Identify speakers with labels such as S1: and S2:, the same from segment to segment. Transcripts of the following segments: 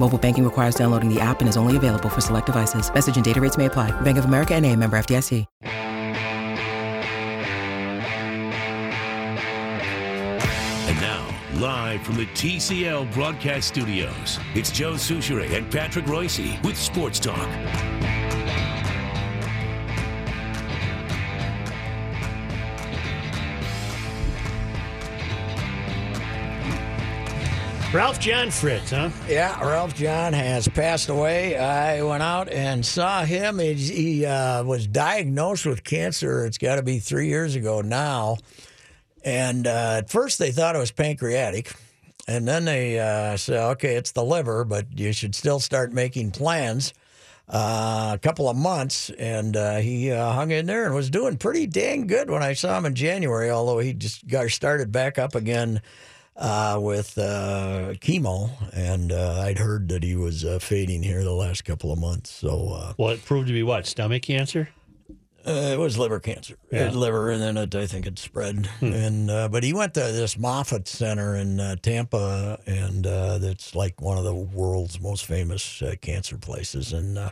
S1: Mobile banking requires downloading the app and is only available for select devices. Message and data rates may apply. Bank of America and a member FDIC.
S2: And now, live from the TCL broadcast studios, it's Joe Souchere and Patrick Royce with Sports Talk.
S3: Ralph John Fritz, huh?
S4: Yeah, Ralph John has passed away. I went out and saw him. He, he uh, was diagnosed with cancer. It's got to be three years ago now. And uh, at first, they thought it was pancreatic. And then they uh, said, okay, it's the liver, but you should still start making plans. Uh, a couple of months, and uh, he uh, hung in there and was doing pretty dang good when I saw him in January, although he just got started back up again uh, with uh, chemo, and uh, I'd heard that he was uh, fading here the last couple of months. So uh,
S3: Well, it proved to be what? Stomach cancer?
S4: uh, it was liver cancer, It had liver, and then it, I think it spread. And uh, but he went to this Moffitt Center in uh, Tampa, and uh, that's like one of the world's most famous uh, cancer places. And uh,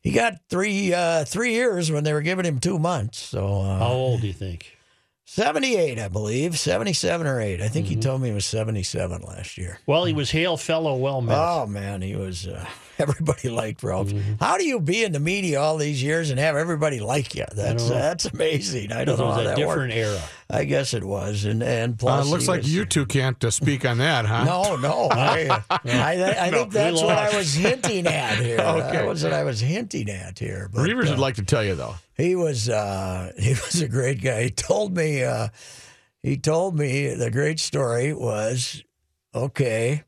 S4: he got three uh, three years when they were giving him two months. So uh,
S3: How old do you think?
S4: 78, I believe, 77 or eight. I think he told me he was 77 last year.
S3: Well, he was hail fellow well met.
S4: Oh man, he was. Uh, everybody liked Ralph.
S5: Mm-hmm.
S4: How do you be in the media all these years and have everybody like you? That's that's amazing. I
S3: it
S4: don't know
S3: was
S4: how
S3: a
S4: oh, that
S3: different
S4: worked.
S3: era.
S4: I guess it was, and and
S5: Uh,
S4: plus,
S5: it looks
S4: he
S5: like
S4: was-
S5: you two can't uh, speak on that, huh?
S4: No, no, I, I, I, think that's what I was hinting at here. That
S5: Okay.
S4: was what I was hinting at here. But,
S5: Reavers
S4: uh,
S5: would like to tell you though.
S4: he was uh, he was a great guy. He told me uh, he told me the great story was okay.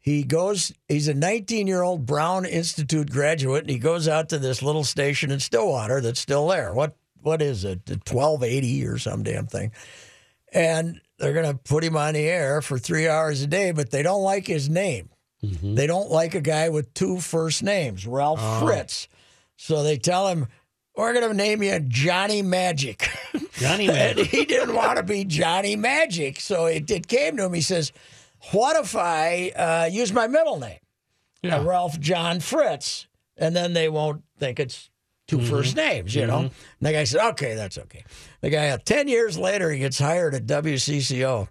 S4: He goes. He's a 19 year old Brown Institute graduate, and he goes out to this little station in Stillwater that's still there. What what is it? The 1280 or some damn thing, and they're gonna put him on the air for three hours a day, but they don't like his name. They don't like a guy with two first names, Ralph Fritz. So they tell him, We're going to name you Johnny Magic.
S3: Johnny
S4: and
S3: Magic.
S4: he didn't want to be Johnny Magic. So it, it came to him. He says, What if I uh, use my middle name?
S5: Yeah.
S4: Uh, Ralph John Fritz. And then they won't think it's two first names, you know? And the guy said, Okay, that's okay. The guy, uh, 10 years later, he gets hired at WCCO.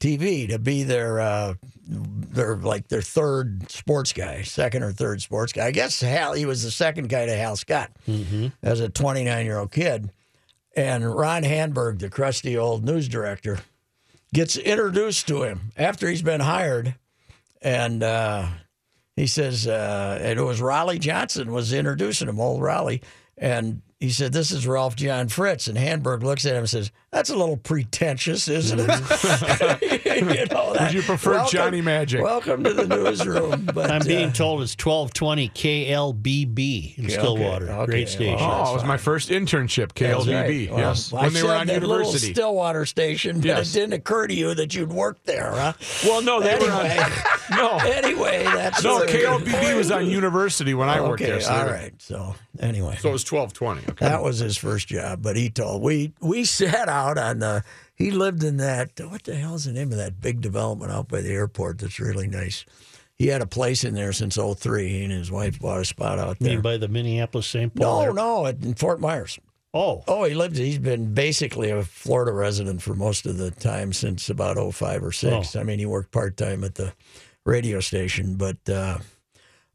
S4: TV to be their uh, their like their third sports guy, second or third sports guy. I guess Hal he was the second guy to Hal Scott as a 29 year old kid, and Ron Hanberg, the crusty old news director, gets introduced to him after he's been hired, and uh, he says uh, and it was Raleigh Johnson was introducing him, old Raleigh, and. He said, "This is Ralph John Fritz," and Hanberg looks at him and says, "That's a little pretentious, isn't it?" you know, that-
S5: Would you prefer Johnny Magic?
S4: Welcome to the newsroom. But,
S3: I'm being
S4: uh,
S3: told it's 1220 KLBB in Stillwater.
S4: okay,
S3: Great
S4: well,
S3: station.
S5: Oh, it was my first internship,
S4: that's
S5: KLBB.
S4: right. Well,
S5: yes,
S4: I
S5: when they were
S4: said
S5: on
S4: that little
S5: university.
S4: Stillwater station, but
S5: Yes.
S4: it didn't occur to you that you'd worked there, huh?
S5: well, no, they were
S4: anyway,
S5: on. No,
S4: anyway, that's
S5: no,
S4: where-
S5: KLBB was on university when I worked
S4: Okay,
S5: there. So,
S4: all
S5: they-
S4: right. So anyway,
S5: so it was twelve twenty. Okay.
S4: That was his first job, but he told we we sat out on the. He lived in that what the hell's the name of that big development out by the airport that's really nice. He had a place in there since '03. He and his wife bought a spot out
S3: You
S4: there.
S3: mean by the Minneapolis St. Paul?
S4: no,
S3: air-
S4: no, at- in Fort Myers.
S3: Oh,
S4: Oh, he lived. He's been basically a Florida resident for most of the time since about '05 or six. I mean, he worked part time at the radio station, but uh,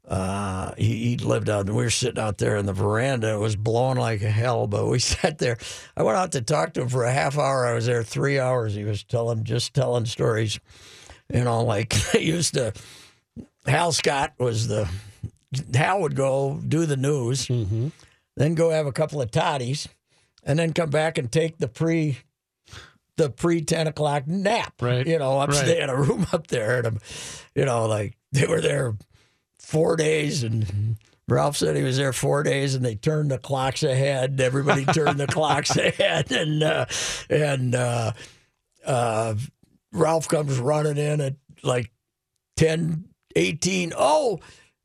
S4: uh, he, he lived out. We were sitting out there in the veranda. It was blowing like hell, but we sat there. I went out to talk to him for a half hour. I was there three hours. He was telling, just telling stories. You know, like they used to. Hal Scott was the. Hal would go do the news,
S3: Mm-hmm.
S4: then go have a couple of toddies, and then come back and take the pre. The pre ten o'clock nap,
S3: Right.
S4: You know, upstairs,
S3: Right.
S4: they had a room up there, and um, you know, like they were there four days and Ralph said he was there four days and they turned the clocks ahead. Everybody turned the clocks ahead and uh, and uh, uh, Ralph comes running in at like 10, 18. Oh,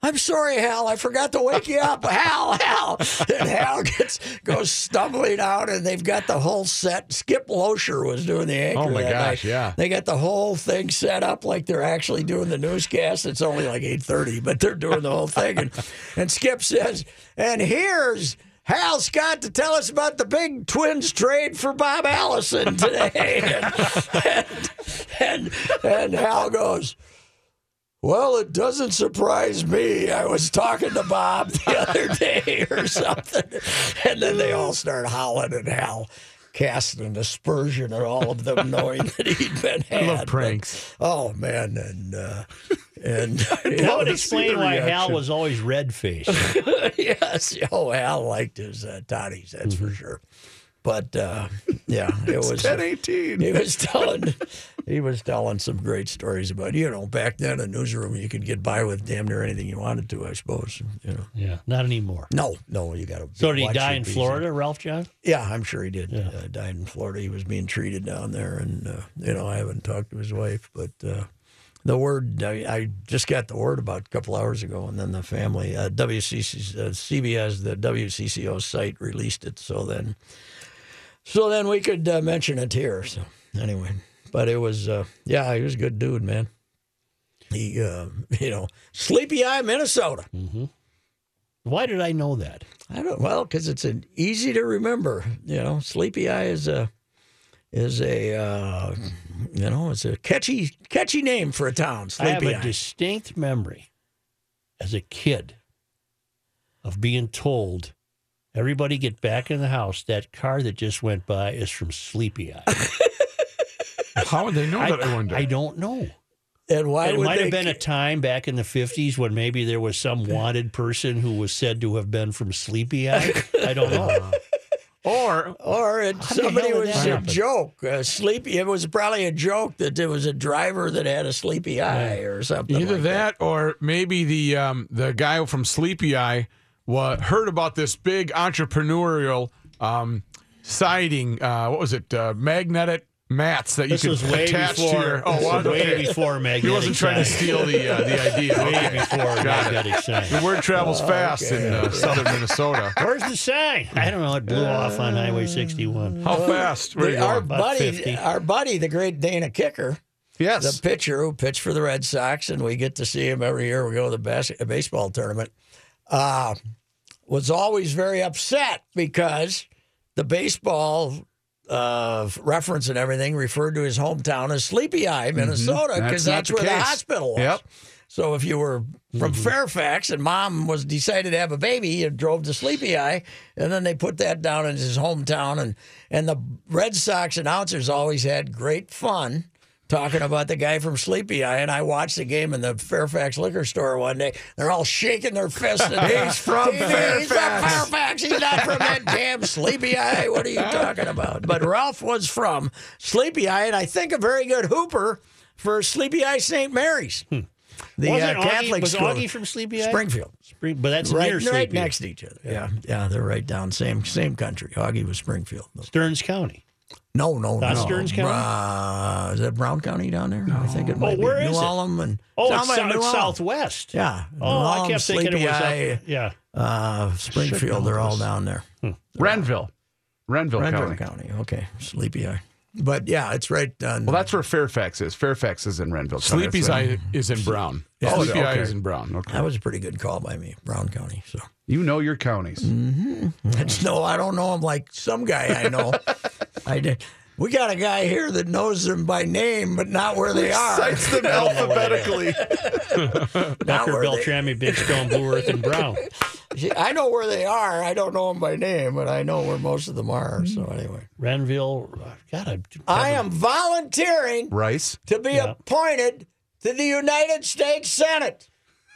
S4: I'm sorry, Hal. I forgot to wake you up. Hal, Hal. And Hal gets, goes stumbling out, and they've got the whole set. Skip Losher was doing the anchor.
S5: Oh, my
S4: that
S5: gosh,
S4: night.
S5: yeah.
S4: They got the whole thing set up like they're actually doing the newscast. It's only like 8.30, but they're doing the whole thing. And, and Skip says, and here's Hal Scott to tell us about the big twins trade for Bob Allison today. and, and, and Hal goes, well, it doesn't surprise me. I was talking to Bob the other day or something. And then they all start howling and Hal cast an aspersion at all of them knowing that he'd been had.
S5: I love
S4: But-
S5: pranks.
S4: oh, man. And, uh, and
S3: That would explain why Hal was always redfish.
S4: yes. Oh, Hal liked his uh, toddies, that's for sure. But uh, yeah, it was.
S5: 18.
S4: He was telling, he was telling some great stories about you know back then a newsroom you could get by with damn near anything you wanted to I suppose you know
S3: yeah, not anymore.
S4: no no you got to
S3: So did he die in Florida, Ralph John?
S4: yeah I'm sure he did uh, died in Florida he was being treated down there and uh, you know I haven't talked to his wife but uh, the word I, I just got the word about a couple hours ago and then the family uh, WCC uh, CBS the WCCO site released it so then so then we could uh, mention it here. So anyway, but it was uh, yeah, he was a good dude, man. He uh, you know Sleepy Eye, Minnesota.
S3: Why did I know that?
S4: I don't well because it's an easy to remember. You know, Sleepy Eye is a is a uh, you know it's a catchy catchy name for a town.
S3: I have
S4: Sleepy
S3: a
S4: Eye.
S3: distinct memory as a kid of being told, everybody get back in the house. That car that just went by is from Sleepy Eye.
S5: How would they know that, I wonder?
S3: I don't know.
S4: and why
S3: it
S4: would
S3: might
S4: they,
S3: have been a time back in the 50s when maybe there was some wanted person who was said to have been from Sleepy Eye. I don't
S5: Uh-huh.
S3: know.
S5: or
S4: Or it,
S3: the
S4: somebody
S3: hell did
S4: was
S3: that
S4: a
S3: happen?
S4: joke. A sleepy. It was probably a joke that there was a driver that had a sleepy eye or something.
S5: either
S4: like
S5: that, or maybe the um, the guy from Sleepy Eye wa- heard about this big entrepreneurial um, siding. Uh, what was it? Uh, magnetic mats that you
S3: This
S5: could
S3: was way
S5: attach to
S3: before.
S5: your. Oh,
S3: this was
S5: was
S3: way
S5: okay.
S3: before magnetic.
S5: He wasn't trying to
S3: sign.
S5: steal the uh, the idea.
S3: Way
S5: Okay.
S3: before Oh,
S5: Got it.
S3: magnetic sign.
S5: The word travels fast in uh, southern Minnesota.
S3: Where's the sign? I don't know. It blew off on Highway 61.
S5: How fast? Where
S4: The-
S5: you
S4: our
S5: going?
S4: buddy,
S3: 50.
S4: our buddy, the great Dana Kicker, the
S5: Yes.
S4: pitcher who pitched for the Red Sox, and we get to see him every year. We go to the bas- baseball tournament. Uh, was always very upset because the baseball uh, reference and everything referred to his hometown as Sleepy Eye, Minnesota,
S5: Mm-hmm. That's
S4: because
S5: not
S4: that's,
S5: the
S4: where the
S5: case.
S4: hospital was.
S5: Yep.
S4: So if you were from
S5: Mm-hmm.
S4: Fairfax and mom was decided to have a baby, you drove to Sleepy Eye, and then they put that down as his hometown. And and the Red Sox announcers always had great fun talking about the guy from Sleepy Eye. And I watched the game in the Fairfax liquor store one day. They're all shaking their fists. At he's
S5: from
S4: He's from
S5: Fairfax."
S4: Fairfax. He's not from that damn Sleepy Eye. What are you talking about? But Ralph was from Sleepy Eye, and I think a very good hooper for Sleepy Eye St. Mary's the
S3: Wasn't
S4: uh,
S3: Augie-
S4: Catholic
S3: was
S4: school.
S3: Augie from Sleepy Eye?
S4: Springfield,
S3: Spring- but that's
S4: right,
S3: near
S4: they're
S3: Sleepy
S4: right
S3: Eye.
S4: next to each other. Yeah, yeah, they're right down same same country. Augie was Springfield.
S3: Stearns County.
S4: No, no,
S3: Not
S4: no.
S3: Stearns County? Oh,
S4: Uh, is that Brown County down there? I think it might
S3: where
S4: be New
S3: is it?
S4: Alum and
S3: Oh,
S4: Sound
S3: it's,
S4: like
S3: sou-
S4: New
S3: it's
S4: Ulm.
S3: southwest.
S4: Yeah. New
S3: Oh, I
S4: Ulm,
S3: kept thinking
S4: Sleepy
S3: it was up.
S4: Eye,
S3: Yeah.
S4: uh, Springfield. They're all down there.
S5: Renville. Renville,
S4: Renfrew
S5: County.
S4: County. Okay, Sleepy Eye. But yeah, it's right on.
S6: Well, that's where Fairfax is. Fairfax is in Renville. County.
S5: Sleepy's
S6: That's
S5: Eye is in Brown.
S6: right.
S5: Sleepy Eye
S6: okay.
S5: is in Brown. Okay.
S4: that was a pretty good call by me, Brown County. So.
S6: You know your
S5: Mm.
S6: counties.
S4: It's no, I don't know him like some guy I know. I did. we got a guy here that knows them by name, but not where they are.
S6: Cites them alphabetically.
S4: Not
S3: Dr.
S4: where they-
S3: Beltrami, Big Stone, Blue Earth, and Brown.
S4: I know where they are. I don't know them by name, but I know where most of them are. So
S6: Hmm.
S4: anyway,
S3: Renville. God, I,
S4: I am volunteering
S6: Rice.
S4: to be
S3: Yeah.
S4: appointed to the United States Senate.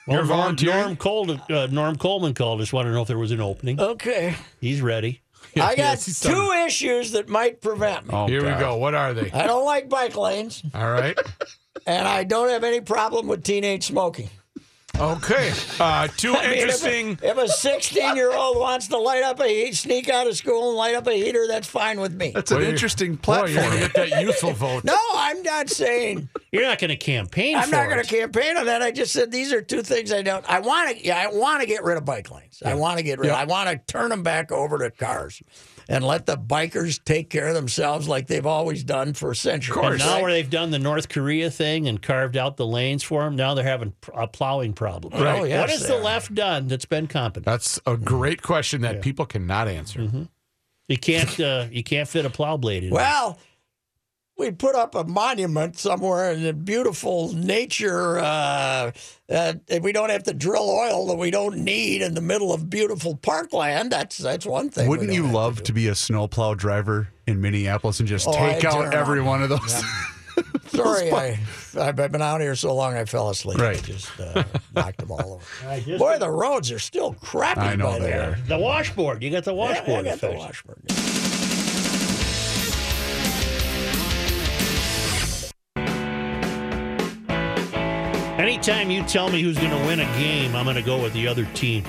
S3: Well,
S5: You're
S3: Norm-
S5: volunteering?
S3: Norm, Cold, uh, Norm Coleman called. Just want to know if there was an opening.
S4: Okay.
S3: He's ready.
S4: I got
S5: Yes, he's
S4: two issues that might prevent me.
S6: Oh,
S5: Here
S6: God.
S5: we go. What are they?
S4: I don't like bike lanes,
S5: All right.
S4: and I don't have any problem with teenage smoking.
S5: Okay. Uh, two
S4: I mean, if a-
S5: interesting.
S4: If a 16 year old wants to light up a heat, sneak out of school and light up a heater, that's fine with me.
S6: That's an
S5: Well, you-
S6: interesting
S5: Boy, you're
S6: platform.
S5: gonna get that youthful vote.
S4: No, I'm not saying
S3: You're not going to campaign
S4: I'm
S3: for
S4: not going
S3: it.
S4: to campaign on that. I just said these are two things I don't. I want to. Yeah, I want to get rid of bike lanes. I want to get rid. I want to turn them back over to cars, and let the bikers take care of themselves like they've always done for centuries.
S3: And now where they've done the North Korea thing and carved out the lanes for them, now they're having pr- a plowing problem.
S4: Right. Oh, yes,
S3: what has
S4: they
S3: the
S4: are.
S3: left done that's been competent?
S5: That's a great question that people cannot answer.
S6: Mm-hmm.
S3: You can't uh, you can't fit a plow blade in. it.
S4: Well, we put up a monument somewhere in the beautiful nature. Uh, uh, and we don't have to drill oil that we don't need in the middle of beautiful parkland. That's that's one thing. we
S6: Wouldn't
S4: don't
S6: you
S4: have to
S6: love
S4: do.
S6: to be a snowplow driver in Minneapolis and just
S4: Oh,
S6: take
S4: I'd turn
S6: out every
S4: on.
S6: one of those?
S4: Sorry, I, I've been out here so long I fell asleep.
S6: Right.
S4: I just uh, knocked them all
S3: I
S4: over.
S3: just-
S4: Boy, the roads are still crappy.
S6: I know they
S4: by the way.
S6: are.
S3: the washboard. You got the
S4: Yeah, I
S3: washboard.
S4: got the
S3: effect.
S4: washboard.
S3: Anytime you tell me who's going to win a game, I'm going to go with the other team.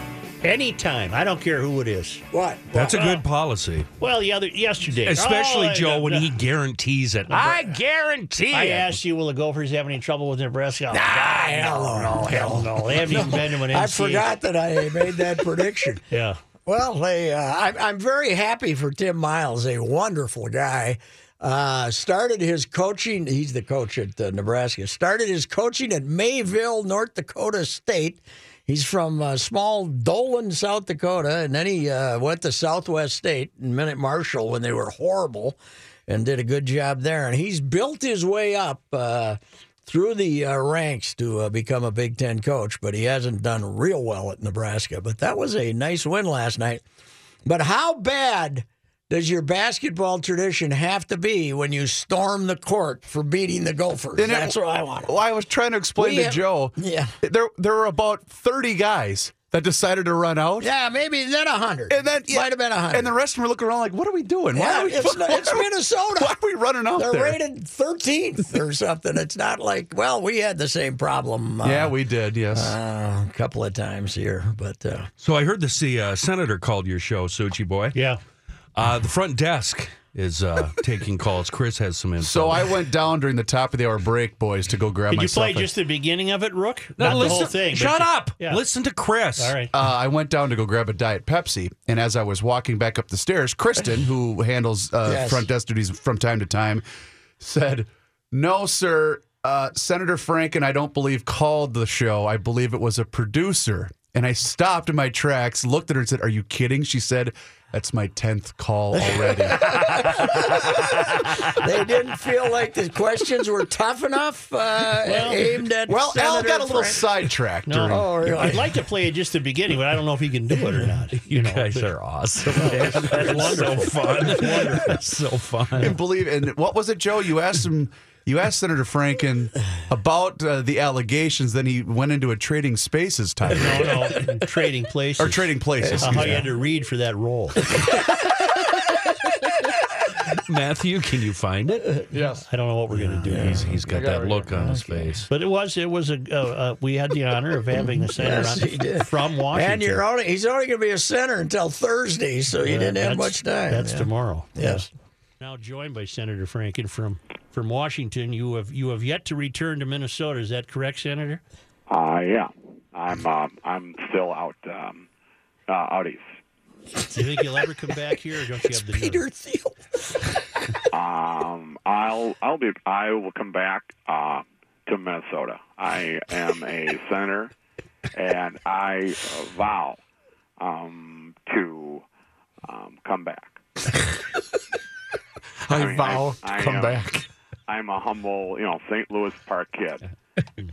S3: Anytime, I don't care who it is.
S4: What?
S7: That's a good policy,
S3: Well, the other yesterday,
S7: especially
S3: Oh,
S7: Joe
S3: uh,
S7: when he guarantees it. I guarantee
S3: I
S7: it.
S3: asked you, will the Gophers have any trouble with Nebraska? Oh, God,
S4: Ah, hell
S3: no, hell no. They haven't even been to an
S4: I
S3: NCAA.
S4: forgot that I made that prediction.
S3: Yeah.
S4: Well, they, uh, I'm, I'm very happy for Tim Miles, a wonderful guy. Uh, started his coaching, he's the coach at uh, Nebraska, started his coaching at Mayville, North Dakota State. He's from uh, small Dolan, South Dakota, and then he uh, went to Southwest State and Minute Marshall when they were horrible and did a good job there. And he's built his way up. Uh, through the uh, ranks to uh, become a Big Ten coach, but he hasn't done real well at Nebraska. But that was a nice win last night. But how bad does your basketball tradition have to be when you storm the court for beating the Gophers?
S6: And it-
S4: That's what I want.
S6: Well, I was trying to explain
S4: We
S6: to
S4: have-
S6: Joe.
S4: Yeah.
S6: There, there were about 30 guys that decided to run out.
S4: Yeah, maybe then a hundred.
S6: And then yeah,
S4: might have been a hundred.
S6: And the rest of them were looking around like, "What are we doing? Why
S4: yeah,
S6: are we?
S4: it's,
S6: why
S4: it's
S6: are we-
S4: Minnesota.
S6: Why are we running out
S4: They're
S6: there?"
S4: rated 13th or something. It's not like, well, we had the same problem. Uh,
S6: yeah, we did. Yes.
S4: uh, a couple of times here, but uh,
S7: So I heard this the uh, senator called your show, Suchi boy.
S3: Yeah.
S7: Uh, the front desk is uh, taking calls. Chris has some info.
S6: so I went down during the top of the hour break, boys, to go grab
S3: Did you
S6: myself.
S3: play
S6: a-
S3: just the beginning of it, Rook?
S7: No,
S3: Not the
S7: listen-
S3: whole thing. but
S7: Shut
S3: you-
S7: up.
S3: Yeah.
S7: Listen to Chris.
S3: All right.
S6: uh, I went down to go grab a diet Pepsi, and as I was walking back up the stairs, Kristen, who handles uh,
S4: Yes.
S6: front desk duties from time to time, said, "No, sir." Uh, Senator Franken, I don't believe called the show. I believe it was a producer. And I stopped in my tracks, looked at her, and said, "Are you kidding?" She said, "That's my tenth call already."
S4: they didn't feel like the questions were tough enough uh, aimed at.
S6: Well, Al
S4: Senator
S6: got a little
S4: Frank-
S6: sidetracked.
S3: No.
S6: during-
S4: Oh,
S3: I'd
S4: really?
S3: like to play it just the beginning, but I don't know if he can do it or not. You know,
S7: guys are awesome. man. That's so fun. That's so fun.
S6: And believe, and what was it, Joe? You asked him. You asked Senator Franken about uh, the allegations. Then he went into a trading spaces time
S3: no, no, trading places
S6: or trading places.
S3: Uh,
S6: excuse
S3: how
S6: me.
S3: you had to read for that role.
S7: Matthew, can you find it?
S5: Yes.
S3: I don't know what we're going to do.
S7: He's, he's got that look on his face.
S3: But it was it was a uh, uh, we had the honor of having the senator
S4: Yes,
S3: on
S4: he did.
S3: from Washington. Uh,
S4: And you're only, he's only going to be a center until Thursday, so he didn't have
S3: That's-
S4: much time.
S3: That's
S4: yeah.
S3: tomorrow.
S4: Yes.
S3: Now joined by Senator Franken from from Washington. You have you have yet to return to Minnesota. Is that correct, Senator?
S8: Uh, yeah, I'm uh, I'm still out um, uh, out east.
S3: Do you think you'll ever come back here? Or don't you have the nerve?
S4: Peter Thiel.
S8: Um, I'll I'll be I will come back uh, to Minnesota. I am a senator, and I vow um, to um, come back.
S5: I,
S8: mean,
S5: vow
S8: I-
S5: to
S8: I
S5: come
S8: am-
S5: back.
S8: I'm a humble, you know, St. Louis Park kid,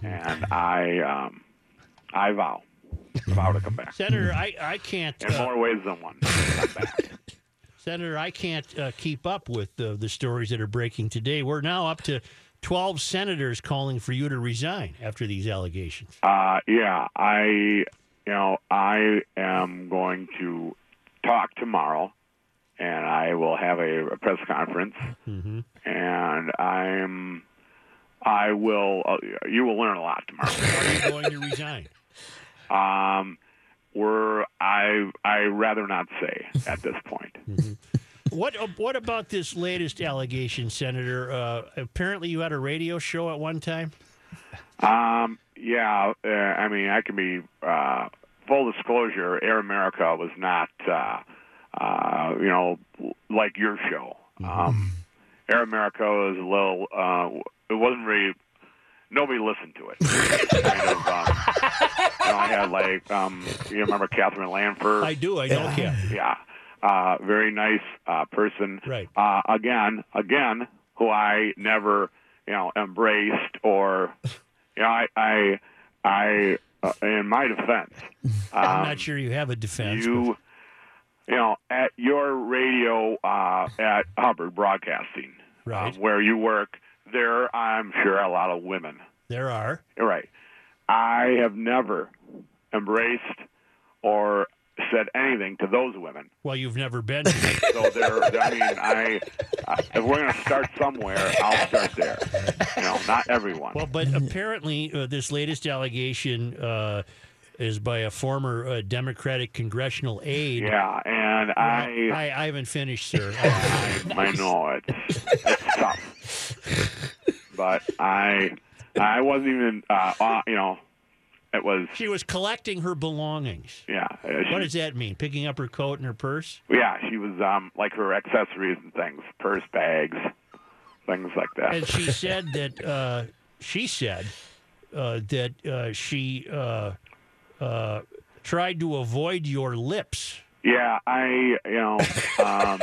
S8: and I um, I vow vow to come back
S3: Senator, I,
S4: Hmm.
S3: I can't.
S8: in
S3: uh,
S8: more ways than one. Come back.
S3: Senator, I can't uh, keep up with uh, the stories that are breaking today. We're now up to 12 senators calling for you to resign after these allegations.
S8: Uh, yeah, I, you know, I am going to talk tomorrow, and I will have a, a press conference, and I'm, I will, uh, you will learn a lot tomorrow.
S3: Are you going to resign?
S8: um, we're, I, I rather not say at this point.
S3: What uh, What about this latest allegation, Senator? Uh, apparently, you had a radio show at one time.
S8: Um, yeah, uh, I mean, I can be uh, full disclosure. Air America was not, uh, uh, you know, like your show. Um, Air America was a little. Uh, it wasn't really. Nobody listened to it. kind of, um, you know, I had like, um, you remember Catherine Lanford?
S3: I do. I know. Yeah.
S8: yeah, uh, very nice uh, person.
S3: Right.
S8: Uh, again, again, who I never, you know, embraced or, you know, I, I, I uh, in my defense,
S3: I'm
S8: um,
S3: not sure you have a defense. but-
S8: you, you know, at your radio uh, at Hubbard Broadcasting,
S3: Right.
S8: um, where you work, there I'm sure a lot of women.
S3: there are.
S8: You're right. I have never embraced or said anything to those women.
S3: Well, you've never been. to them.
S8: So there, I mean, I, I if we're going to start somewhere, I'll start there. You know, not everyone.
S3: well, but apparently, uh, this latest allegation uh, is by a former uh, Democratic congressional aide.
S8: yeah, and I,
S3: I, I haven't finished, sir. Uh,
S8: I know it's, it's tough, but I, I wasn't even, uh, uh, you know, it was,
S3: she was collecting her belongings.
S8: yeah, uh,
S3: What
S8: she,
S3: does that mean? Picking up her coat and her purse?
S8: yeah, she was um like her accessories and things, purse bags, things like that.
S3: and she said that uh, she said uh, that uh, she uh, uh, tried to avoid your lips.
S8: Yeah, I, you know, um,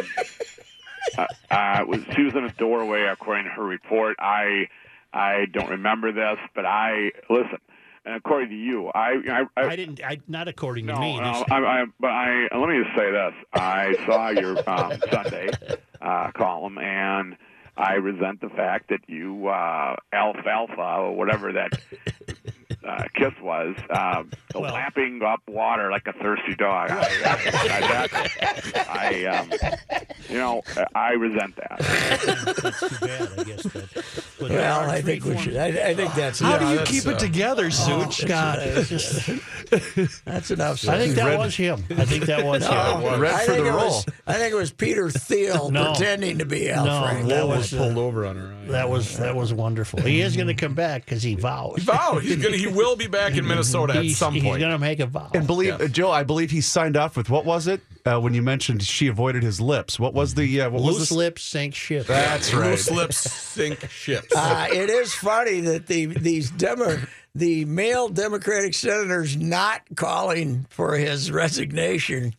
S8: I, I was she was in a doorway according to her report. I, I don't remember this, but I listen, and according to you, I, I, I,
S3: I didn't. I not according
S8: no,
S3: to me.
S8: no,
S3: This-
S8: I, I, but I uh, let me just say this: I saw your um, Sunday uh, column, and I resent the fact that you uh, alfalfa or whatever that. Uh, kiss was uh,
S3: Well-
S8: lapping up water like a thirsty dog. I, I, that- I, um, you know, I resent that.
S3: that's too bad. I guess. That, but uh, there
S4: Well,
S3: are
S4: I think we
S3: three
S4: should.
S3: forms-
S4: I, I think that's
S7: How
S4: enough.
S7: do you
S5: that's,
S7: keep
S5: uh,
S7: it together, Such? God,
S4: That's enough.
S3: I think that
S7: Red-
S3: was him. I think that was him.
S4: Oh,
S6: Red
S4: I
S6: for
S4: think
S6: the
S4: it was-
S6: roll.
S4: I think it was Peter Thiel
S3: No.
S4: pretending to be Al
S3: No,
S4: Frank.
S3: that was uh,
S7: was pulled over on her.
S3: that was that was wonderful. He is going to come back because he vows.
S5: Vow Oh, he's gonna he will be back in Minnesota at
S3: He's,
S5: some
S3: he's
S5: point.
S3: going to make a vow.
S6: And believe uh, Joe, I believe he signed off with what was it uh, when you mentioned she avoided his lips? What was the uh, what was
S3: Loose
S6: the
S3: lips sink ship.
S6: That's right.
S5: Loose lips sink ships.
S4: Uh, it is funny that the these demo the male Democratic senators not calling for his resignation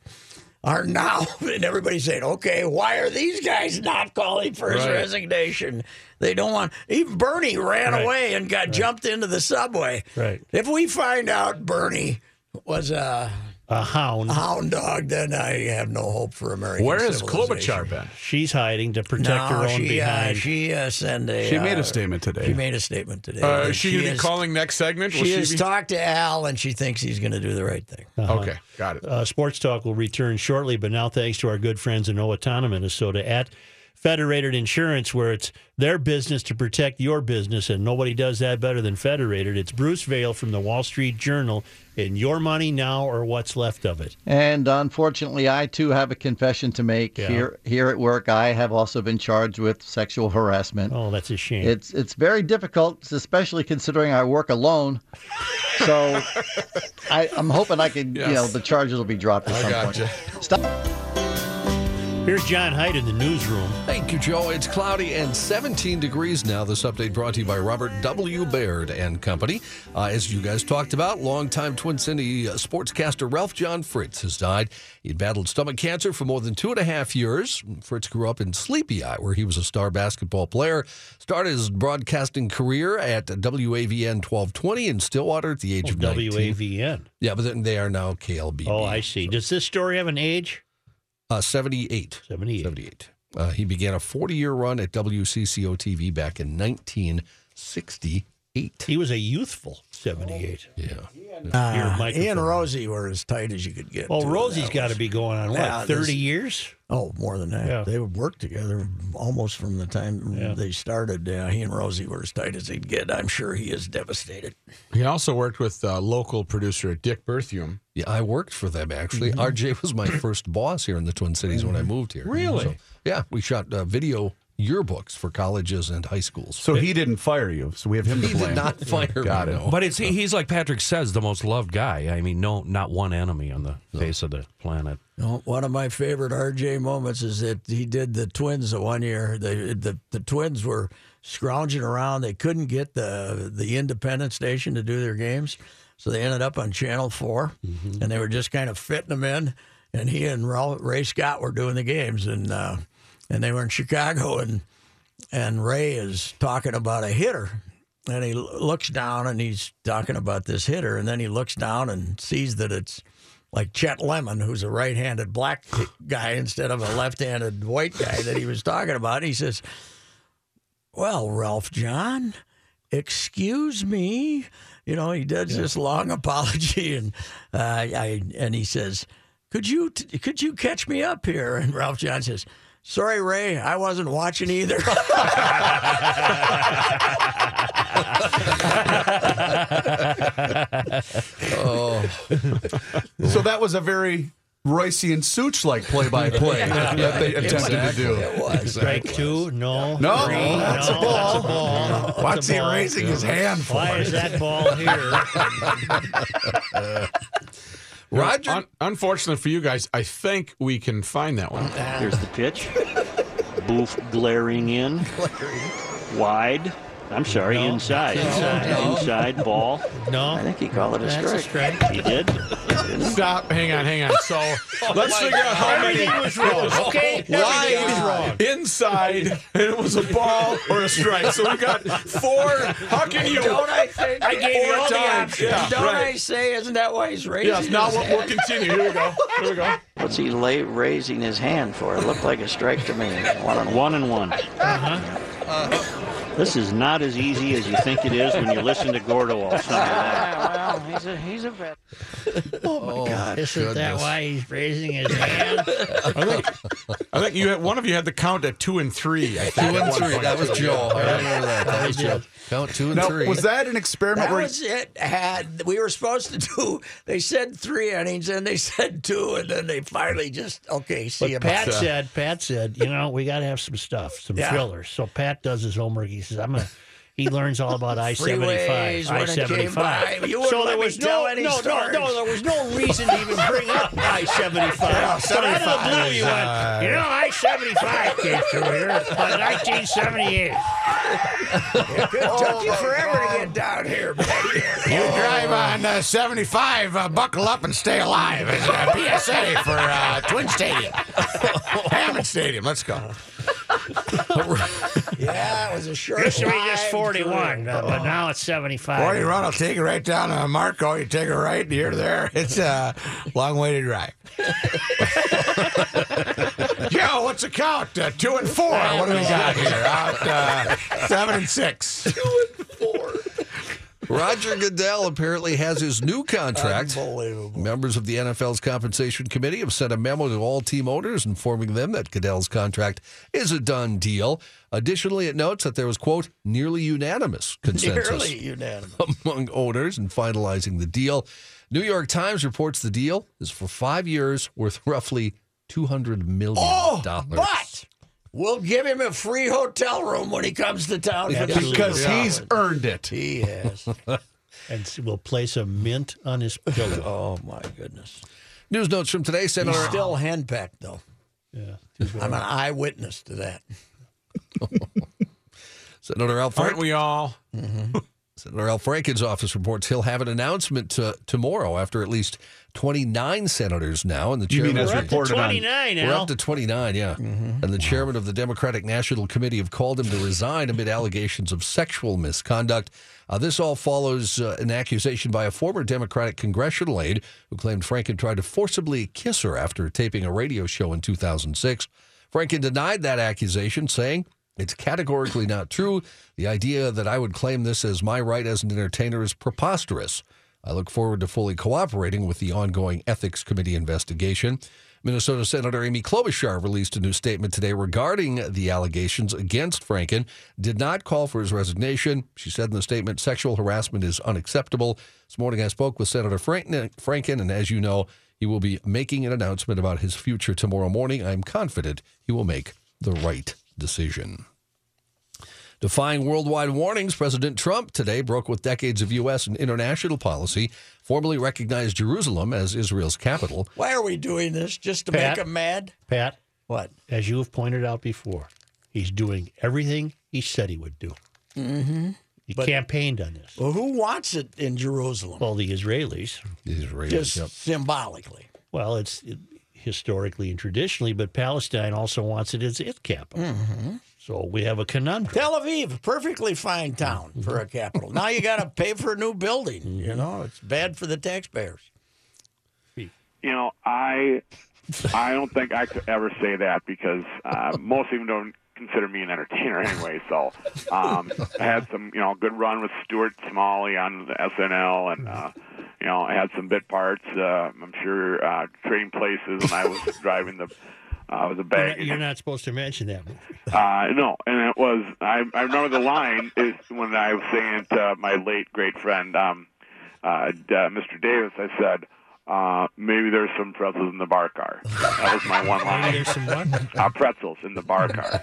S4: are now and everybody's saying, okay, why are these guys not calling for his
S5: Right.
S4: resignation? They don't want. Even Bernie ran
S3: Right.
S4: away and got jumped into the subway.
S3: Right.
S4: If we find out Bernie was a
S3: A hound.
S4: hound dog, then I have no hope for America.
S5: Where has Klobuchar been?
S3: She's hiding to protect
S4: No,
S3: her own
S4: she, uh,
S3: behind.
S4: she uh, sent a.
S6: She made
S4: uh,
S6: a statement today.
S4: She made a statement today.
S5: Uh,
S4: that
S5: is she, gonna be
S4: has-
S5: calling next segment? Will
S4: She has
S5: be? Uh-huh.
S4: talked to Al, and she thinks he's going to do the right thing.
S5: Okay, got it.
S3: Uh, Sports Talk will return shortly, but now thanks to our good friends in Owatonna, Minnesota at Federated Insurance, where it's their business to protect your business, and nobody does that better than Federated. It's Bruce Vail from the Wall Street Journal, and your money now or what's left of it.
S9: And unfortunately, I too have a confession to make
S3: Yeah.
S9: here here at work. I have also been charged with sexual harassment.
S3: Oh, that's a shame.
S9: It's it's very difficult, especially considering I work alone. So I, I'm hoping I can, you know,
S5: Yes.
S9: the charges will be dropped at
S5: I
S9: some point.
S5: gotcha.
S3: Here's John Hyde in the newsroom.
S10: Thank you, Joe. It's cloudy and 17 degrees now. This update brought to you by Robert W. Baird and Company. Uh, as you guys talked about, longtime Twin City uh, sportscaster Ralph John Fritz has died. He battled stomach cancer for more than two and a half years. Fritz grew up in Sleepy Eye, where he was a star basketball player. Started his broadcasting career at WAVN 1220 in Stillwater at the age
S3: Oh,
S10: of 19.
S3: WAVN.
S10: Yeah, but then they are now KLBB.
S3: Oh, I see. Does this story have an age?
S10: Uh, 78.
S3: 78.
S10: 78. Uh, he began a 40 year run at WCCO TV back in 1968.
S3: He was a youthful 78.
S10: Yeah.
S3: Your
S4: Uh, he
S3: microphone.
S4: and Rosie were as tight as you could get.
S3: Well,
S4: too.
S3: Rosie's
S4: That
S3: got to
S4: was-
S3: be going on, what,
S4: Yeah,
S3: 30
S4: this-
S3: years?
S4: Oh, more than that.
S3: Yeah.
S4: They would work together almost from the time
S3: Yeah.
S4: they started. Uh, he and Rosie were as tight as they'd get. I'm sure he is devastated.
S5: He also worked with uh, local producer Dick Berthium.
S10: Yeah, I worked for them actually. RJ was my first boss here in the Twin Cities when I moved here.
S5: Really?
S10: So, yeah, we shot uh, video yearbooks for colleges and high schools.
S6: So he didn't fire you, so we have him
S10: he
S6: to blame.
S10: did not fire
S6: Got
S10: me.
S6: it.
S10: no.
S7: But it's he- he's like Patrick says, the most loved guy. I mean, no, not one enemy on the face of the planet.
S4: You know, one of my favorite RJ moments is that he did the twins the one year. They, the the twins were scrounging around. They couldn't get the the independent station to do their games, so they ended up on Channel 4
S3: Mm-hmm.
S4: and they were just kind of fitting them in. And he and Ra- Ray Scott were doing the games, and uh, and they were in Chicago, and and Ray is talking about a hitter. And he l- looks down and he's talking about this hitter. And then he looks down and sees that it's like Chet Lemon, who's a right handed black guy instead of a left handed white guy that he was talking about. He says, Well, Ralph John, excuse me. You know, he does this long apology and uh, I and he says, Could you t- could you catch me up here? And Ralph John says, Sorry, Ray, I wasn't watching either.
S6: So that was a very Roycey and Such like play by play that they attempted to do.
S4: it was.
S3: Strike two? No.
S6: No,
S3: Three?
S6: that's a
S3: No,
S6: ball.
S3: That's a ball.
S6: What's he raising his hand for?
S3: Why is that ball here?
S10: Roger,
S5: Un- unfortunately for you guys, I think we can find that one.
S11: Here's the pitch. Boof glaring in. Wide. I'm sorry,
S3: No.
S11: inside.
S3: Inside. No.
S11: Inside ball. I
S3: No.
S11: think he called it a
S3: That's a
S11: strike.
S3: strike.
S11: He did.
S5: Stop. Hang on. Hang on. So let's figure out how many.
S3: Everything was wrong. Okay? Everything was wrong.
S5: Inside, and it was a ball or a strike. So we got four. How can you?
S4: Don't I say? I
S5: gave you all the options. Yeah,
S4: Don't
S5: right.
S4: I say? Isn't that why he's raising?
S5: Yes. Now
S4: his
S5: we'll,
S4: hand?
S5: we'll continue. Here we go. Here we go.
S11: What's he lay, raising his hand for? It looked like a strike to me. One and one and one.
S3: Uh-huh.
S11: Uh, This is not as easy as you think it is when you listen to Gordo all summer.
S12: well, he's a, he's a vet.
S3: Oh, Isn't that why he's raising his hand?
S5: I think you had one of you had the count at two and three. I
S10: two
S5: think, at
S10: and
S5: one
S10: three.
S5: point.
S10: That was Joe. I remember that. That was Joe. Count two and
S6: Now,
S10: three.
S6: was that an experiment
S4: That
S6: where
S4: was it. Had we were supposed to do? They said three innings, and they said two, and then they finally just okay. See you.
S3: But Pat
S4: bye.
S3: said, Pat said, you know, we got to have some stuff, some
S4: Yeah.
S3: thrillers. So Pat does his homework. He says, I'm gonna. He learns all about I seventy
S4: Freeways,
S3: five,
S4: when
S3: I
S4: it came
S3: seventy five.
S4: by, you wouldn't
S3: So there
S4: let me
S3: was
S4: tell
S3: no,
S4: any
S3: no, no,
S4: stories.
S3: no, there was no reason to even bring up I seventy five. But out of the blue, you went, you know, I seventy five came through here by nineteen seventy eight.
S4: It took you forever to get down here.
S5: You drive on uh, 75, uh, buckle up and stay alive. It's a PSA for uh, Twin Stadium. Hammond Stadium, let's go.
S4: yeah, it was a short.
S3: Used to be just
S4: line
S3: forty one,
S4: through.
S3: but now it's seventy
S5: Or
S3: five.
S5: you run, I'll take it right down to Marco. You take it right, and you're there. It's a long way to drive. Joe, what's the count? Uh, two and four. What do we got here? Out, uh, seven and six.
S10: Roger Goodell apparently has his new contract.
S4: Unbelievable.
S10: Members of the NFL's compensation committee have sent a memo to all team owners informing them that Goodell's contract is a done deal. Additionally, it notes that there was, quote, nearly unanimous consensus
S4: Nearly unanimous.
S10: among owners in finalizing the deal. New York Times reports the deal is for five years worth roughly $200 million.
S4: Oh, but we'll give him a free hotel room when he comes to town. for the
S6: we, because
S4: Super Bowl.
S6: he's earned it.
S4: he has.
S3: And s- we'll place a mint on his pillow.
S4: Oh my goodness.
S10: News notes from today,
S4: He's
S10: Senator.
S4: still henpecked though.
S3: Yeah.
S4: I'm an eyewitness to that.
S10: Senator Al Frank.
S5: Aren't we all?
S10: Senator Al Franken's office reports he'll have an announcement uh, tomorrow after at least 29 senators now. And the
S3: You mean
S10: chairman
S3: as Mm-hmm. We're up to reported on- 29
S10: We're
S3: Al.
S10: up to 29, yeah. And the chairman of the Democratic National Committee have called him to resign amid allegations of sexual misconduct. Uh, this all follows uh, an accusation by a former Democratic congressional aide who claimed Franken tried to forcibly kiss her after taping a radio show in 2006. Franken denied that accusation, saying, It's categorically not true. The idea that I would claim this as my right as an entertainer is preposterous. I look forward to fully cooperating with the ongoing Ethics Committee investigation. Minnesota Senator Amy Klobuchar released a new statement today regarding the allegations against Franken, did not call for his resignation. She said in the statement, sexual harassment is unacceptable. This morning I spoke with Senator Franken, Franken and as you know, he will be making an announcement about his future tomorrow morning. I'm confident he will make the right decision. Defying worldwide warnings, President Trump today broke with decades of U.S. and international policy, formally recognized Jerusalem as Israel's capital.
S4: Why are we doing this? Just to
S3: Pat?
S4: make him mad?
S3: Pat,
S4: what?
S3: As you have pointed out before, he's doing everything he said he would do.
S4: Mm-hmm.
S3: He campaigned on this.
S4: Well, who wants it in Jerusalem?
S3: Well, the Israelis.
S10: The Israelis.
S4: Just symbolically.
S3: Well, it's it, historically and traditionally, but Palestine also wants it as its capital.
S4: Mm-hmm.
S3: So we have a conundrum.
S4: Tel Aviv, perfectly fine town for a capital. now you got to pay for a new building. You know, it's bad for the taxpayers.
S8: You know, I I don't think I could ever say that because uh, most even don't consider me an entertainer anyway. So um, I had some, you know, good run with Stuart Smalley on the SNL, and uh, you know, I had some bit parts. Uh, I'm sure uh, trading places, and I was driving the. Uh, was a
S3: You're
S8: bag.
S3: not, you're not supposed to mention that.
S8: Uh, no, and it was. I, I remember the line is when I was saying it to my late great friend, um, uh, D- uh, Mr. Davis. I said, uh, "Maybe there's some pretzels in the bar car." That was my one line.
S3: Maybe there's some what?
S8: Uh, pretzels in the bar car.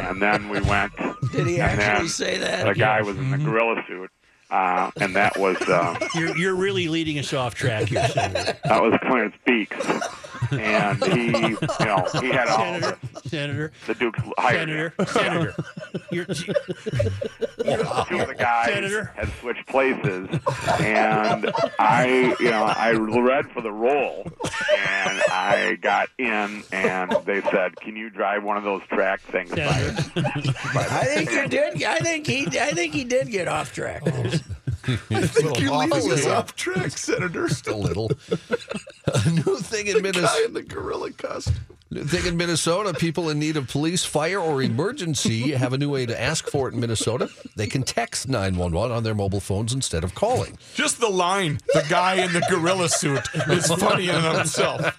S8: and then we went.
S4: Did he
S8: and
S4: actually
S8: then
S4: say that? Mm-hmm.
S8: The guy
S4: Yes.
S8: was in the gorilla suit, uh, and that was uh,
S3: You're, you're really leading us off track here, Senator.
S8: that was Clarence Beeks, and he, you know, he had all the,
S3: Senator.
S8: the Duke's hired. him.
S3: Senator. Senator. You're,
S8: two of the guys
S3: Senator.
S8: had switched places, and I, you know, I read for the role, and I got in, and they said, "Can you drive one of those track things?" by us?"
S4: I think you did. I think he. I think he did get off track.
S10: I
S4: think you're leaving us off
S10: track, Senator. Just a little. A new thing in Minnesota.
S6: the gorilla costume.
S10: New thing in Minnesota. People in need of police, fire, or emergency have a new way to ask for it in Minnesota. They can text 911 on their mobile phones instead of calling.
S5: Just the line, the guy in the gorilla suit, is funny in and of itself.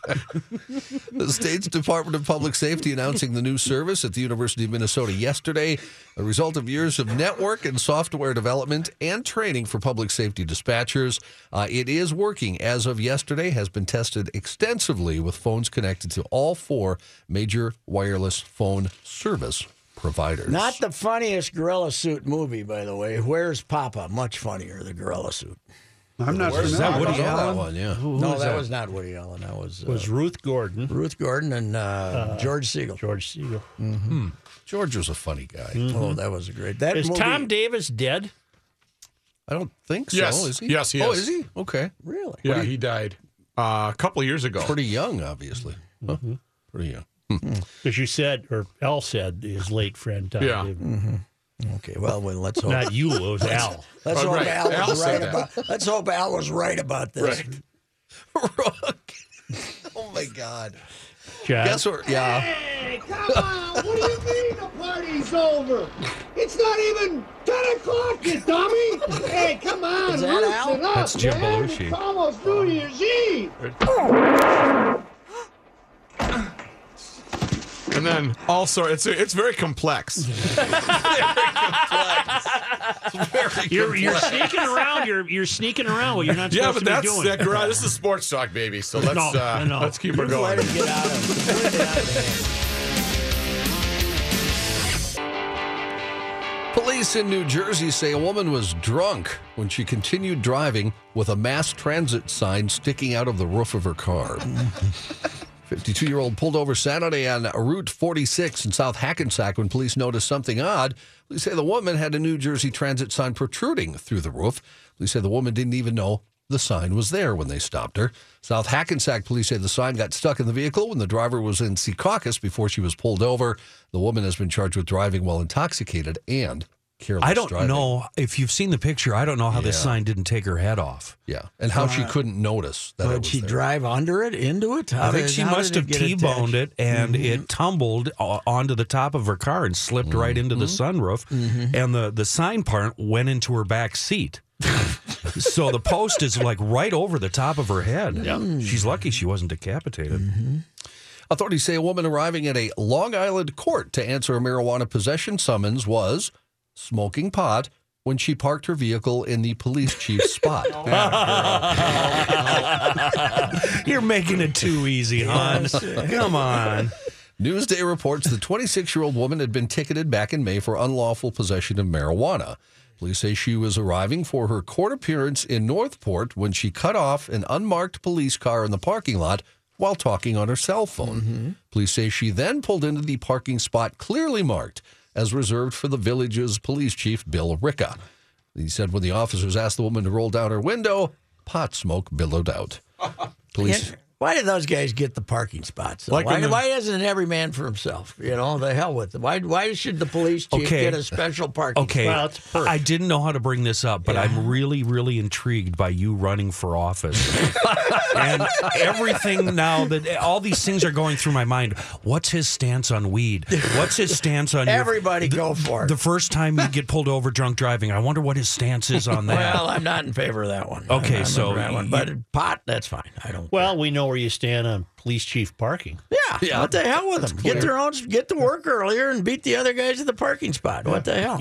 S10: The state's Department of Public Safety announcing the new service at the University of Minnesota yesterday, a result of years of network and software development and training for public safety dispatchers. Uh, it is working as of yesterday, has been tested extensively with phones connected to all four major wireless phone service providers.
S4: Not the funniest gorilla suit movie, by the way. Where's Papa? Much funnier, the gorilla suit.
S6: I'm not
S4: Where's
S6: familiar.
S4: Papa?
S6: Woody Allen?
S3: Who- who
S4: no,
S3: is
S4: that,
S3: that?
S4: was not Woody Allen. That was uh,
S3: was Ruth Gordon.
S4: Ruth Gordon and uh, George Siegel.
S3: George Siegel.
S4: hmm
S10: George was a funny guy.
S4: Oh, that was a great. That
S3: Is
S4: movie,
S3: Tom Davis dead?
S10: I don't think so.
S5: Yes.
S10: Is he?
S5: Yes, he
S10: oh, is
S5: is.
S10: he? Okay.
S4: Really?
S5: Yeah, he died uh, a couple of years ago.
S10: Pretty young, obviously. Huh?
S4: Mm-hmm.
S10: Pretty young.
S3: Because you said, or Al said, his late friend Tom
S5: Yeah.
S3: Davis.
S4: Okay, well, well let's hope.
S3: Not you, it was Al.
S4: Let's
S3: Oh,
S4: hope
S3: right.
S4: Al
S3: Al
S4: was
S3: said
S4: right
S3: that.
S4: about. Let's hope Al was right about this.
S10: Oh, my God.
S3: John?
S10: Guess what? Yeah.
S13: Hey, come on! What do you mean the party's over? It's not even 10 o'clock, you dummy! Hey, come on!
S4: Is that
S13: loosen
S4: Al?
S13: up,
S4: That's Jim
S13: man.
S4: Belushi.
S13: It's almost New Year's Eve!
S5: And then also, it's it's very complex.
S3: You're, you're sneaking around. You're you're sneaking around. What you're not
S5: yeah,
S3: supposed
S5: but
S3: to
S5: that's
S3: be doing.
S5: that garage. This is sports talk, baby. So let's
S3: No,
S5: uh,
S3: no.
S5: let's keep her going.
S10: Police in New Jersey say a woman was drunk when she continued driving with a mass transit sign sticking out of the roof of her car. 52 year old pulled over Saturday on Route 46 in South Hackensack when police noticed something odd. Police say the woman had a New Jersey transit sign protruding through the roof. Police say the woman didn't even know the sign was there when they stopped her. South Hackensack police say the sign got stuck in the vehicle when the driver was in Secaucus before she was pulled over. The woman has been charged with driving while intoxicated and careless
S7: I don't
S10: driving.
S7: know if you've seen the picture. I don't know how this
S10: Yeah.
S7: sign didn't take her head off.
S10: Yeah, and how
S7: Uh,
S10: she couldn't notice that. it
S4: Did
S10: was
S4: she
S10: there.
S4: drive under it, into it? How
S7: I think
S4: did-
S7: she
S4: how
S7: must
S4: did
S7: have
S4: it get
S7: T-boned
S4: attached? Mm-hmm.
S7: it, and it tumbled o- onto the top of her car and slipped right into the
S4: Mm-hmm.
S7: sunroof, and the the sign part went into her back seat. so the post is like right over the top of her head. Yeah. She's lucky she wasn't decapitated.
S4: Mm-hmm.
S10: Authorities say a woman arriving at a Long Island court to answer a marijuana possession summons was smoking pot when she parked her vehicle in the police chief's spot.
S7: You're making it too easy, hon. Come on.
S10: Newsday reports the 26 year old woman had been ticketed back in May for unlawful possession of marijuana. Police say she was arriving for her court appearance in Northport when she cut off an unmarked police car in the parking lot while talking on her cell phone. Police say she then pulled into the parking spot clearly marked as reserved for the village's police chief, Bill Ricca. He said when the officers asked the woman to roll down her window, pot smoke billowed out. Police.
S4: And Why did those guys get the parking spots? though?
S10: Like
S4: why,
S10: in the-
S4: why isn't it every man for himself? You know, the hell with it. Why, why should the police chief
S7: Okay.
S4: get a special parking
S7: Okay,
S4: spot?
S7: I didn't know how to bring this up, but I'm really, really intrigued by you running for office. and everything now that all these things are going through my mind. What's his stance on weed? What's his stance on your-
S4: Everybody go for it.
S7: the first time you get pulled over drunk driving? I wonder what his stance is on that.
S4: Well, I'm not in favor of that one.
S7: Okay,
S4: I'm not in
S7: so
S4: favor of that one,
S7: you-
S4: but pot, that's fine. I don't.
S3: Well, we know where you stand on police chief parking.
S4: Yeah,
S3: Yeah.
S4: What the hell with
S3: That's
S4: them? Get
S3: clear.
S4: their own. Get to work earlier and beat the other guys at the parking spot. What the hell?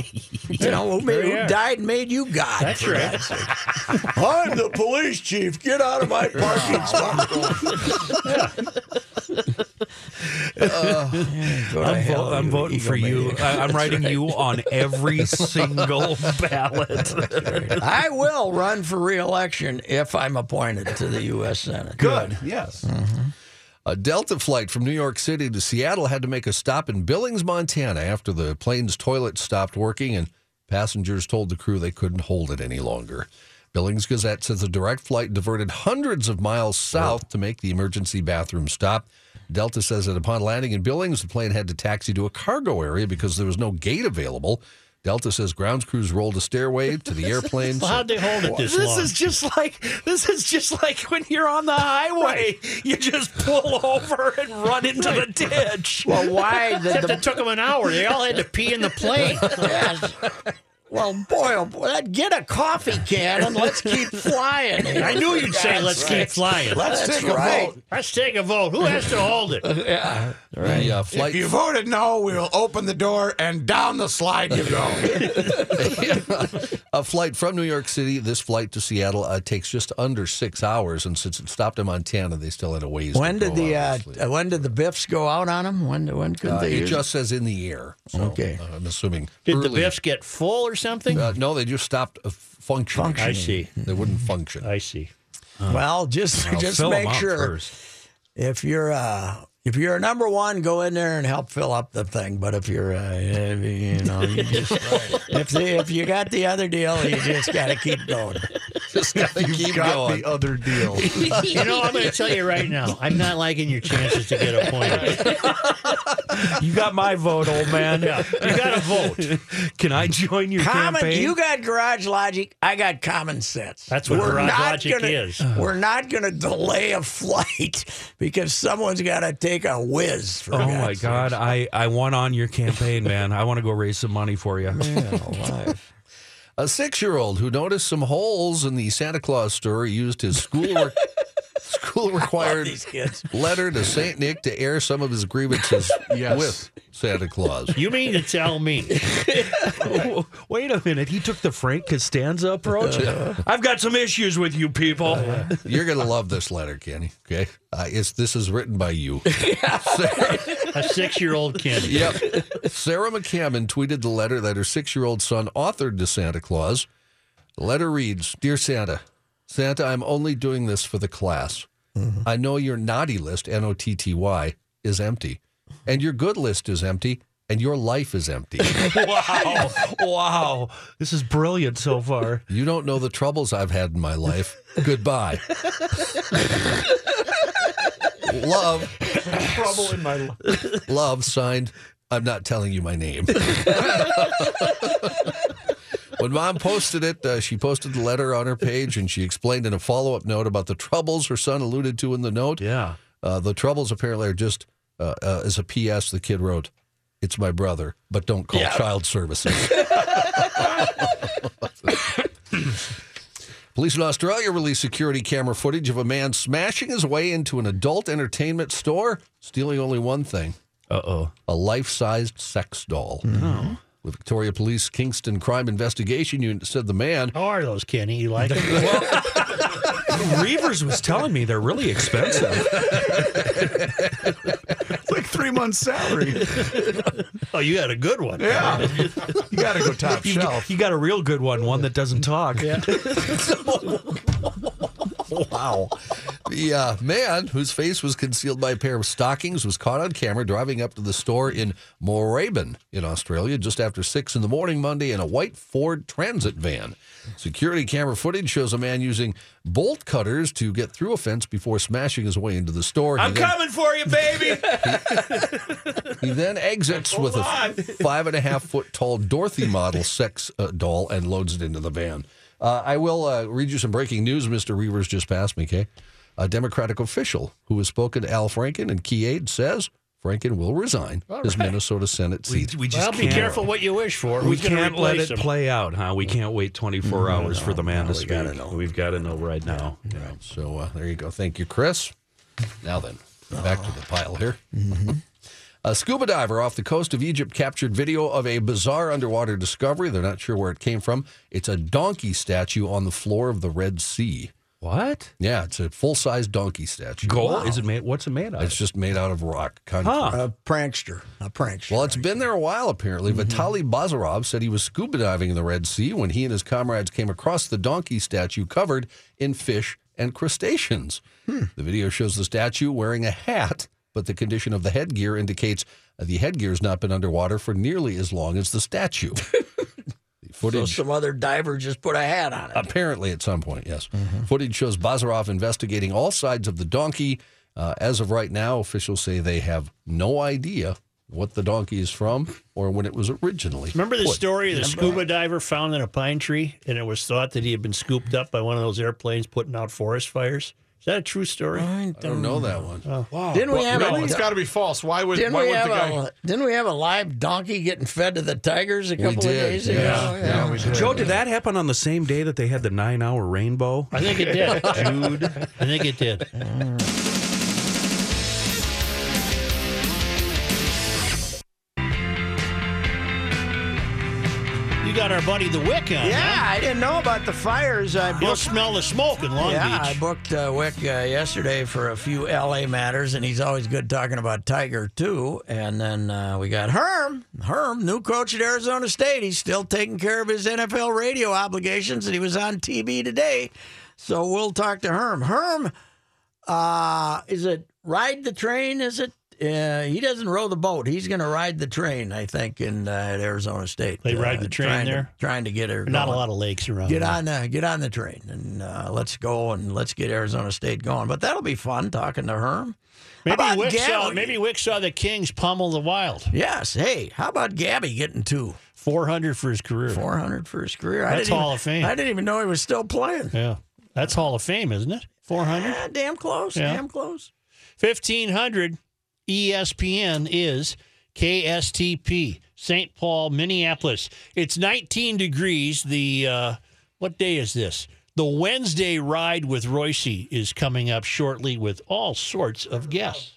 S4: You know who, made,
S13: There you
S4: who
S13: are.
S4: died and made you God?
S13: Oh, That's
S4: for
S13: right.
S4: God's sake. I'm the police chief. Get out of my parking
S10: Uh,
S4: Go to
S7: I'm,
S4: hell,
S7: vo- I'm
S4: you
S7: voting for you.
S4: egomaniac.
S7: I- I'm
S4: That's
S7: writing
S4: right.
S7: you on every single ballot.
S4: I will run for reelection if I'm appointed to the U.S. Senate.
S10: Good. Yes. A Delta flight from New York City to Seattle had to make a stop in Billings, Montana after the plane's toilet stopped working and passengers told the crew they couldn't hold it any longer. Billings Gazette says the direct flight diverted hundreds of miles south to make the emergency bathroom stop. Delta says that upon landing in Billings, the plane had to taxi to a cargo area because there was no gate available. Delta says grounds crews rolled a stairway to the airplane.
S3: Well, how'd they hold it this long?
S10: is
S7: just like this is just like when you're on the highway, you just pull over and run into the ditch.
S4: Well, why did
S3: Except
S4: the-
S3: it took them an hour. They all had to pee in the plane.
S4: Yes. Well, boy, oh boy, get a coffee can and let's keep flying. here.
S3: I knew you'd say,
S4: That's
S3: "Let's
S4: right.
S3: keep flying."
S4: Let's
S3: That's
S4: take a
S3: right.
S4: vote.
S3: Let's take a vote. Who has to hold it?
S4: Yeah.
S10: The, uh, flight
S5: If you voted no, we will open the door and down the slide you go.
S10: a flight from New York City, this flight to Seattle uh, takes just under six hours, and since it stopped in Montana, they still had a ways.
S4: When
S10: to
S4: did
S10: go,
S4: the uh,
S10: obviously.
S4: uh, when did the Biffs go out on him? When when could
S10: Uh,
S4: they?
S10: it
S4: use-
S10: just says in the air. So, okay, I'm assuming.
S3: Did the
S10: early-
S3: biffs get full or something?
S10: Uh, no, they just stopped uh, functioning.
S3: I see.
S10: They wouldn't function.
S3: I see.
S4: well, just
S10: Well,
S4: just
S10: fill 'em
S4: make
S10: up
S4: sure if you're uh, if you're a number one, go in there and help fill up the thing. But if you're uh, you know you just, if they, if you got the other deal, you just got to keep going.
S10: Just gotta keep
S6: got
S10: going.
S6: the other deal.
S3: you know, I'm going to tell you right now, I'm not liking your chances to get appointed.
S7: You got my vote, old man.
S3: You got to vote.
S7: Can I join your
S4: Common,
S7: campaign?
S4: you got garage logic. I got common sense.
S3: That's what garage
S4: not
S3: logic
S4: gonna-
S3: is.
S4: We're not going to delay a flight because someone's got to take a whiz. For
S7: Oh
S4: God's
S7: my
S4: sake.
S7: God! I I want on your campaign, man. I want to go raise some money for you.
S10: A six-year-old who noticed some holes in the Santa Claus story used his schoolwork. School required
S4: these kids.
S10: letter to Saint Nick to air some of his grievances
S6: Yes.
S10: with Santa Claus.
S3: You mean to tell me?
S7: Wait a minute! He took the Frank Costanza approach. I've got some issues with you people.
S10: You're gonna love this letter, Kenny. Okay, uh, it's this is written by you. Sarah,
S3: A six year old kid.
S10: yep. Sarah McCammon tweeted the letter that her six-year-old son authored to Santa Claus. The letter reads, "Dear Santa, Santa, I'm only doing this for the class. I know your naughty list, N O T T Y, is empty, and your good list is empty, and your life is empty.
S7: wow. Wow. This is brilliant so far.
S10: You don't know the troubles I've had in my life. Goodbye. Love.
S3: Trouble in my life.
S10: Love signed, I'm not telling you my name. when mom posted it, uh, she posted the letter on her page and she explained in a follow up note about the troubles her son alluded to in the note.
S7: Yeah.
S10: Uh, the troubles apparently are just, uh, uh, as a P.S., the kid wrote, it's my brother, but don't call child services. Police in Australia released security camera footage of a man smashing his way into an adult entertainment store, stealing only one thing.
S7: Uh oh.
S10: A life sized sex doll.
S3: No.
S10: The Victoria Police Kingston Crime Investigation Unit said the man.
S3: How are those, Kenny? You like them?
S7: Reavers was telling me they're really expensive.
S6: It's like three months' salary.
S3: oh, you had a good one.
S6: Yeah. You got to go top
S7: You,
S6: shelf.
S7: you got a real good one, one that doesn't talk.
S10: Wow. The uh, man, whose face was concealed by a pair of stockings, was caught on camera driving up to the store in Moorabbin in Australia just after 6 in the morning Monday in a white Ford Transit van. Security camera footage shows a man using bolt cutters to get through a fence before smashing his way into the store. He
S7: I'm
S10: then-
S7: coming for you, baby.
S10: He then exits with a five and a half foot tall Dorothy model sex uh, doll and loads it into the van. Uh, I will uh, read you some breaking news. Mr. Reavers just passed me, okay? A Democratic official who has spoken to Al Franken and key aide says Franken will resign his Minnesota Senate
S7: We,
S10: seat.
S7: we just
S3: Well,
S7: can't.
S3: be careful what you wish for.
S7: We
S3: Who's gonna
S7: can't let
S3: replace
S7: it
S3: him?
S7: play out, huh? We can't wait 24 hours for the man to speak.
S10: gotta know.
S7: We've got to know right now. Yeah.
S10: So uh, there you go. Thank you, Chris. Now then, back to the pile here. A scuba diver off the coast of Egypt captured video of a bizarre underwater discovery. They're not sure where it came from. It's a donkey statue on the floor of the Red Sea.
S7: What?
S10: Yeah, it's a full size donkey statue.
S7: Gold? Is it made? What's it made out
S10: It's
S7: of?
S10: just made out of rock. Concrete.
S7: Huh.
S4: A prankster. A prankster. Mm-hmm.
S10: Well, it's been there a while, apparently. Vitali Bazarov said he was scuba diving in the Red Sea when he and his comrades came across the donkey statue covered in fish and crustaceans.
S4: Hmm.
S10: The video shows the statue wearing a hat, but the condition of the headgear indicates the headgear has not been underwater for nearly as long as the statue. the
S4: so
S10: footage.
S4: some other diver just put a hat on it.
S10: Apparently, at some point, yes. Footage shows Bazarov investigating all sides of the donkey. Uh, as of right now, officials say they have no idea what the donkey is from or when it was originally.
S3: Remember the
S10: put.
S3: story of the scuba diver found in a pine tree and it was thought that he had been scooped up by one of those airplanes putting out forest fires? Is that a true story?
S10: I don't know that one.
S4: Didn't we have
S5: No,
S4: a,
S5: it's got to be false. Why would?
S4: didn't
S5: why
S4: we
S5: would
S4: have
S5: the guy?
S4: a didn't we have a live donkey getting fed to the tigers a couple of
S10: did,
S4: days
S10: yeah.
S4: ago?
S10: Yeah,
S5: we did.
S7: Joe, did that happen on the same day that they had the nine hour rainbow?
S3: I think it did. Jude. I think it did. You got our buddy the Wick on.
S4: Yeah,
S3: huh?
S4: I didn't know about the fires. I
S3: You'll
S4: booked.
S3: smell the smoke in Long
S4: yeah, I
S3: Beach.
S4: booked uh, Wick uh, yesterday for a few LA matters, and he's always good talking about Tiger too. And then uh, we got Herm, Herm, new coach at Arizona State. He's still taking care of his NFL radio obligations, and he was on TV today. So we'll talk to Herm. Herm, uh, is it ride the train? Is it? Uh, he doesn't row the boat. He's going to ride the train, I think, in uh, at Arizona State.
S3: They ride
S4: Uh,
S3: the train
S4: trying to-
S3: there?
S4: trying to get her.
S3: Not a
S4: going.
S3: lot of lakes around.
S4: Get
S3: there.
S4: on, uh, get on the train, and uh, let's go and let's get Arizona State going. But that'll be fun talking to Herm.
S3: Maybe
S4: How about
S3: Wick, saw,
S4: Gabby?
S3: maybe Wick saw the Kings pummel the Wild.
S4: Yes. Hey, how about Gabby getting two
S3: 400 for his career.
S4: four hundred for his career? I
S3: That's
S4: didn't
S3: Hall
S4: even,
S3: of Fame.
S4: I didn't even know he was still playing.
S3: Yeah. That's Hall of Fame, isn't it? 400?
S4: Ah, damn close.
S3: Yeah.
S4: Damn close.
S3: 1500 E ESPN is KSTP, St. Paul, Minneapolis. It's 19 degrees. The, uh, what day is this? The Wednesday ride with Royce is coming up shortly with all sorts of guests.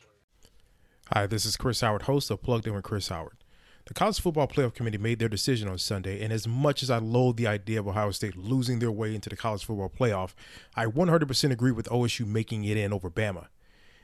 S14: Hi, this is Chris Howard, host of Plugged In with Chris Howard. The College Football Playoff Committee made their decision on Sunday, and as much as I loathe the idea of Ohio State losing their way into the College Football Playoff, I 100% agree with OSU making it in over Bama.